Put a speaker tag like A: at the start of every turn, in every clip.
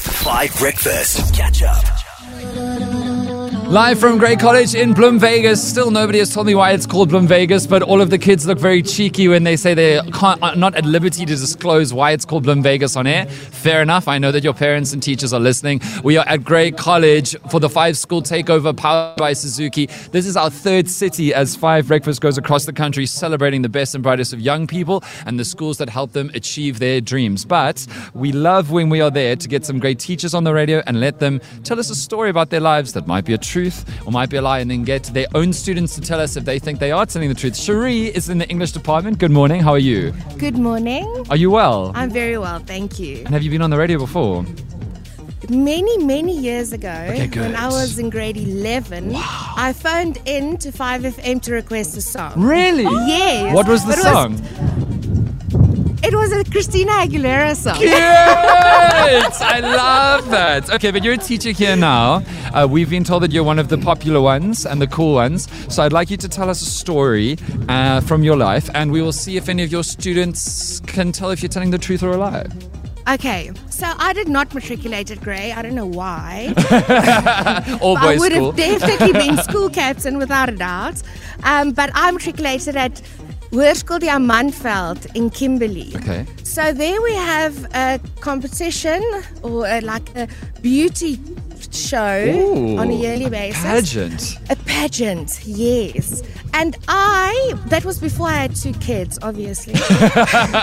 A: Five Breakfast. Catch up.
B: Live from Grey College in Bloom Vegas. Still, nobody has told me why it's called Bloom Vegas, but all of the kids look very cheeky when they say they can't, are not at liberty to disclose why it's called Bloom Vegas on air. Fair enough. I know that your parents and teachers are listening. We are at Grey College for the Five School Takeover powered by Suzuki. This is our third city as Five Breakfast goes across the country celebrating the best and brightest of young people and the schools that help them achieve their dreams. But we love when we are there to get some great teachers on the radio and let them tell us a story about their lives that might be a truth or might be a lie, and then get their own students to tell us if they think they are telling the truth. Cherie is in the English department. Good morning. How are you?
C: Good morning.
B: Are you well?
C: I'm very well, thank you.
B: and have you been on the radio before?
C: Many, many years ago,
B: Okay, good.
C: when I was in grade 11, I phoned in to 5FM to request a song.
B: Really?
C: Yes.
B: What was the
C: It
B: song?
C: It was a Christina Aguilera song.
B: Yes, I love that. Okay, but you're a teacher here now. Uh, we've been told that you're one of the popular ones and the cool ones. So I'd like you to tell us a story uh, from your life, and we will see if any of your students can tell if you're telling the truth or a lie.
C: Okay, so I did not matriculate at Grey. I don't know why.
B: All
C: I
B: boys
C: would
B: school.
C: have definitely been school captain without a doubt. Um, but I matriculated at Hoërskool Diamantveld in Kimberley.
B: Okay.
C: So there we have a competition or a, like a beauty show
B: Ooh,
C: on a yearly
B: a
C: basis.
B: Pageant.
C: A pageant, yes. And I, that was before I had two kids, obviously.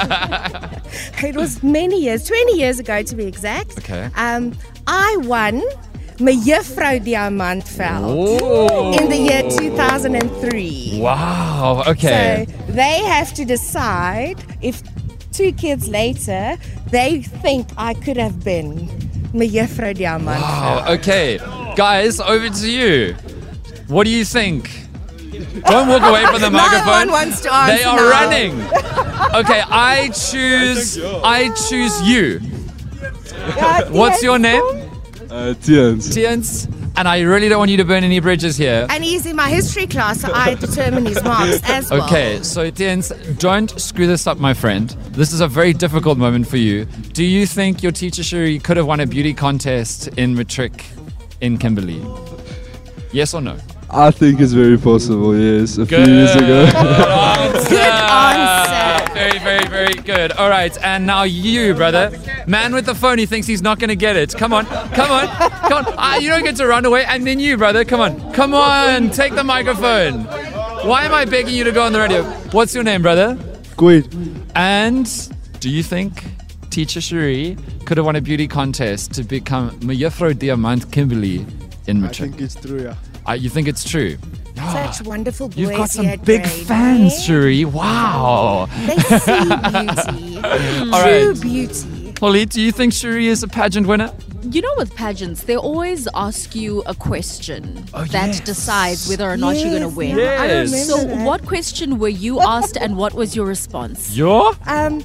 C: it was many years, 20 years ago to be exact.
B: Okay.
C: Um, I won Mejuffrou Diamantveld
B: Oh.
C: in the year 2003.
B: Wow. Okay.
C: So they have to decide if two kids later they think I could have been Mejuffrou Diamantveld.
B: wow. Okay. Guys, over to you. What do you think? Don't walk away from the
C: No
B: microphone.
C: one wants to answer
B: They are
C: now.
B: running. Okay, I choose. I choose you.
C: Yeah,
B: What's
C: yes.
B: your name?
D: Uh, Tiens.
B: Tiens. And I really don't want you to burn any bridges here.
C: And he's in my history class, so I determine his marks as well.
B: Okay, so Tiens, don't screw this up, my friend. This is a very difficult moment for you. Do you think your teacher Shuri could have won a beauty contest in Matric in Kimberley? Yes or no?
D: I think it's very possible, yes. A few years ago.
B: answer.
C: Good answer.
B: Ah, Very, very, very good. All right, and now you, brother. Man with the phone, he thinks he's not going to get it. Come on, come on, come on. Ah, you don't get to run away. And then you, brother. Come on, come on. Take the microphone. Why am I begging you to go on the radio? What's your name, brother?
D: Queen.
B: And do you think teacher Cherie could have won a beauty contest to become Mejuffrou Diamant Kimberley in
E: I
B: Matric?
E: think it's true, yeah.
B: Uh, you think it's true?
C: Such wonderful boys.
B: You've got
C: he
B: some
C: had
B: big
C: great,
B: fans,
C: eh?
B: Cherie. Wow.
C: They see beauty.
B: All
C: True
B: right.
C: beauty.
B: Holly, do you think Cherie is a pageant winner?
F: You know, with pageants, they always ask you a question that
B: Oh, yes.
F: decides whether or not you're going to win.
B: yeah.
C: I
B: Yes.
C: remember
F: So,
C: that.
F: what question were you asked and what was your response?
B: You're?
C: Um,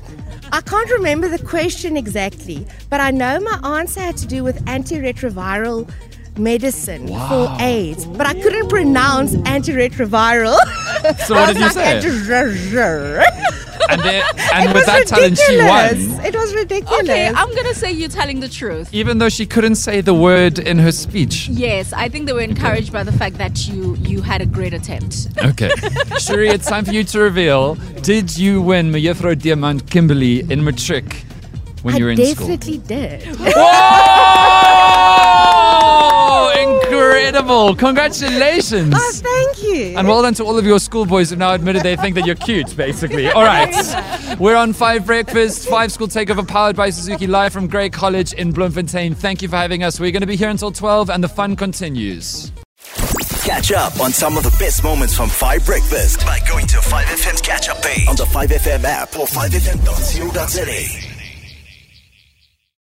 C: I can't remember the question exactly, but I know my answer had to do with antiretroviral medicine for AIDS, but I couldn't pronounce antiretroviral.
B: So what did you
C: Like
B: say?
C: antiretroviral.
B: And, then,
C: It
B: and with
C: was
B: that talent, she
C: ridiculous.
B: won.
C: It was ridiculous.
F: Okay, I'm going to say you're telling the truth.
B: Even though she couldn't say the word in her speech.
F: Yes, I think they were encouraged by the fact that you you had a great attempt.
B: Okay. Cherie, it's time for you to reveal did you win Mejuffrou Diamant Kimberley in Matric when
C: I
B: you were in school?
C: definitely did.
B: Whoa! Incredible! Congratulations!
C: Oh, thank you.
B: And well done to all of your schoolboys who've now admitted they think that you're cute, basically. All right. We're on Five Breakfast, Five School Takeover, powered by Suzuki, live from Grey College in Bloemfontein. Thank you for having us. We're going to be here until 12, and the fun continues.
A: Catch up on some of the best moments from Five Breakfast by going to 5FM's catch up page on the 5FM app or 5FM.co.za.